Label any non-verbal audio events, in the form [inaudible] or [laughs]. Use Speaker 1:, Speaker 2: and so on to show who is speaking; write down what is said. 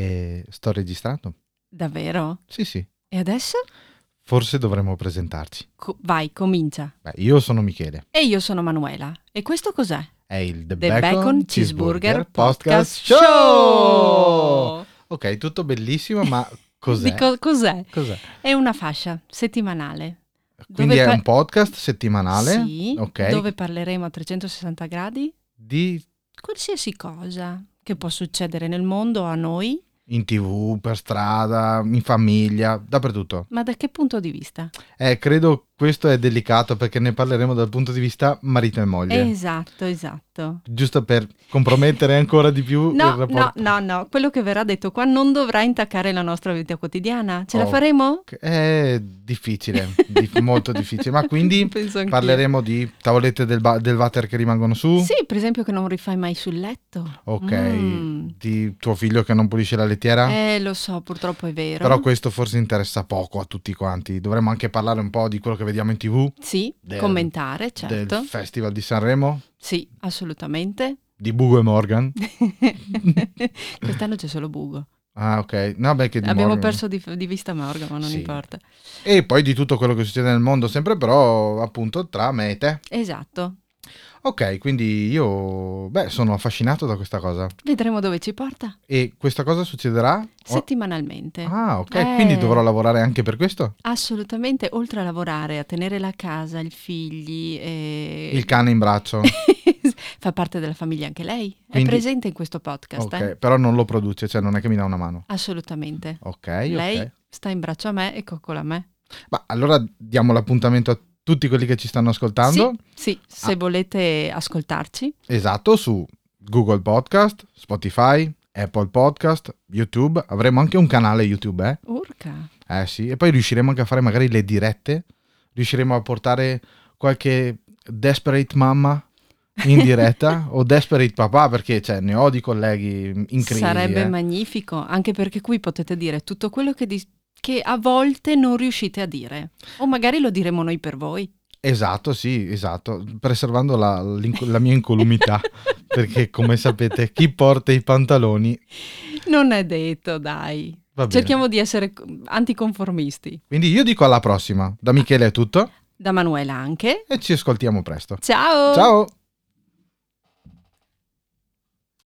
Speaker 1: E sto registrando.
Speaker 2: Davvero?
Speaker 1: Sì, sì.
Speaker 2: E adesso?
Speaker 1: Forse dovremmo presentarci.
Speaker 2: Co- vai, comincia.
Speaker 1: Beh, io sono Michele.
Speaker 2: E io sono Manuela. E questo cos'è?
Speaker 1: È il The,
Speaker 2: The
Speaker 1: Bacon,
Speaker 2: Bacon
Speaker 1: Cheeseburger
Speaker 2: Cheeseburger
Speaker 1: Podcast
Speaker 2: Podcast
Speaker 1: Show!
Speaker 2: Show!
Speaker 1: Ok, tutto bellissimo,
Speaker 2: [laughs]
Speaker 1: ma cos'è?
Speaker 2: Di co- cos'è?
Speaker 1: Cos'è?
Speaker 2: È una fascia settimanale.
Speaker 1: Quindi è
Speaker 2: par-
Speaker 1: un podcast settimanale
Speaker 2: Sì,
Speaker 1: ok.
Speaker 2: dove parleremo a 360 gradi
Speaker 1: di-
Speaker 2: qualsiasi cosa che può succedere nel mondo a noi,
Speaker 1: in tv, per strada, in famiglia, dappertutto.
Speaker 2: ma da che punto di vista?
Speaker 1: Eh, credo questo è delicato perché ne parleremo dal punto di vista marito e moglie.
Speaker 2: Esatto, esatto.
Speaker 1: Giusto per compromettere ancora di più il
Speaker 2: No,
Speaker 1: rapporto.
Speaker 2: no, no, no, quello che verrà detto qua non dovrà intaccare la nostra vita quotidiana. Ce
Speaker 1: Oh,
Speaker 2: la faremo?
Speaker 1: È difficile, dif- molto difficile. Ma quindi
Speaker 2: Penso [laughs] anch'io.
Speaker 1: parleremo di tavolette del, ba- del water che rimangono su,
Speaker 2: Sì, per esempio che non rifai mai sul letto.
Speaker 1: ok,
Speaker 2: Mm.
Speaker 1: di tuo figlio che non pulisce la lettiera.
Speaker 2: Eh, lo so, purtroppo è vero.
Speaker 1: Però questo forse interessa poco a tutti quanti. Dovremmo anche parlare un po' di quello che vediamo in tv,
Speaker 2: Sì,
Speaker 1: Del-
Speaker 2: commentare, certo.
Speaker 1: del Festival di Sanremo,
Speaker 2: Sì,
Speaker 1: [laughs]
Speaker 2: assolutamente.
Speaker 1: di Bugo e Morgan.
Speaker 2: Quest'anno c'è solo Bugo.
Speaker 1: Ah, ok. No, beh, che di
Speaker 2: Abbiamo
Speaker 1: Morgan-
Speaker 2: perso di, di vista Morgan, ma non
Speaker 1: Sì.
Speaker 2: importa.
Speaker 1: E poi di tutto quello che succede nel mondo, sempre però appunto tra me e te.
Speaker 2: Esatto.
Speaker 1: Ok, quindi io, beh, sono affascinato da questa cosa.
Speaker 2: Vedremo dove ci porta
Speaker 1: E questa cosa succederà? O-
Speaker 2: settimanalmente.
Speaker 1: Oh. Ah, ok,
Speaker 2: Eh.
Speaker 1: quindi dovrò lavorare anche per questo?
Speaker 2: Assolutamente, oltre a lavorare, a tenere la casa, i figli. eh, e-
Speaker 1: Il cane in
Speaker 2: [laughs]
Speaker 1: braccio.
Speaker 2: Fa parte della famiglia anche lei.
Speaker 1: Quindi-
Speaker 2: È presente in questo podcast. eh?
Speaker 1: ok, però non lo produce, cioè non è che mi dà una mano.
Speaker 2: Assolutamente.
Speaker 1: Ok,
Speaker 2: Lei
Speaker 1: ok.
Speaker 2: sta in braccio a me e coccola a me.
Speaker 1: Ma allora diamo l'appuntamento a tutti quelli che ci stanno ascoltando.
Speaker 2: Sì, sì, se
Speaker 1: Ah.
Speaker 2: volete ascoltarci.
Speaker 1: Esatto, su Google Podcast, Spotify, Apple Podcast, YouTube. Avremo anche un canale YouTube, eh?
Speaker 2: Urca.
Speaker 1: Eh sì, e poi riusciremo anche a fare magari le dirette. Riusciremo a portare qualche desperate mamma in
Speaker 2: [laughs]
Speaker 1: diretta o desperate papà perché cioè, ne ho di colleghi incredibili.
Speaker 2: Sarebbe
Speaker 1: eh.
Speaker 2: magnifico, anche perché qui potete dire tutto quello che, di- che a volte non riuscite a dire. O magari lo diremo noi per voi.
Speaker 1: Esatto, sì, esatto, preservando la, l'inco- la mia
Speaker 2: [laughs]
Speaker 1: incolumità, perché come sapete chi porta i pantaloni...
Speaker 2: Non è detto, dai.
Speaker 1: Va bene.
Speaker 2: Cerchiamo di essere co- anticonformisti.
Speaker 1: Quindi io dico alla prossima, da Michele è tutto
Speaker 2: Da Manuela anche.
Speaker 1: e ci ascoltiamo presto.
Speaker 2: Ciao!
Speaker 1: Ciao!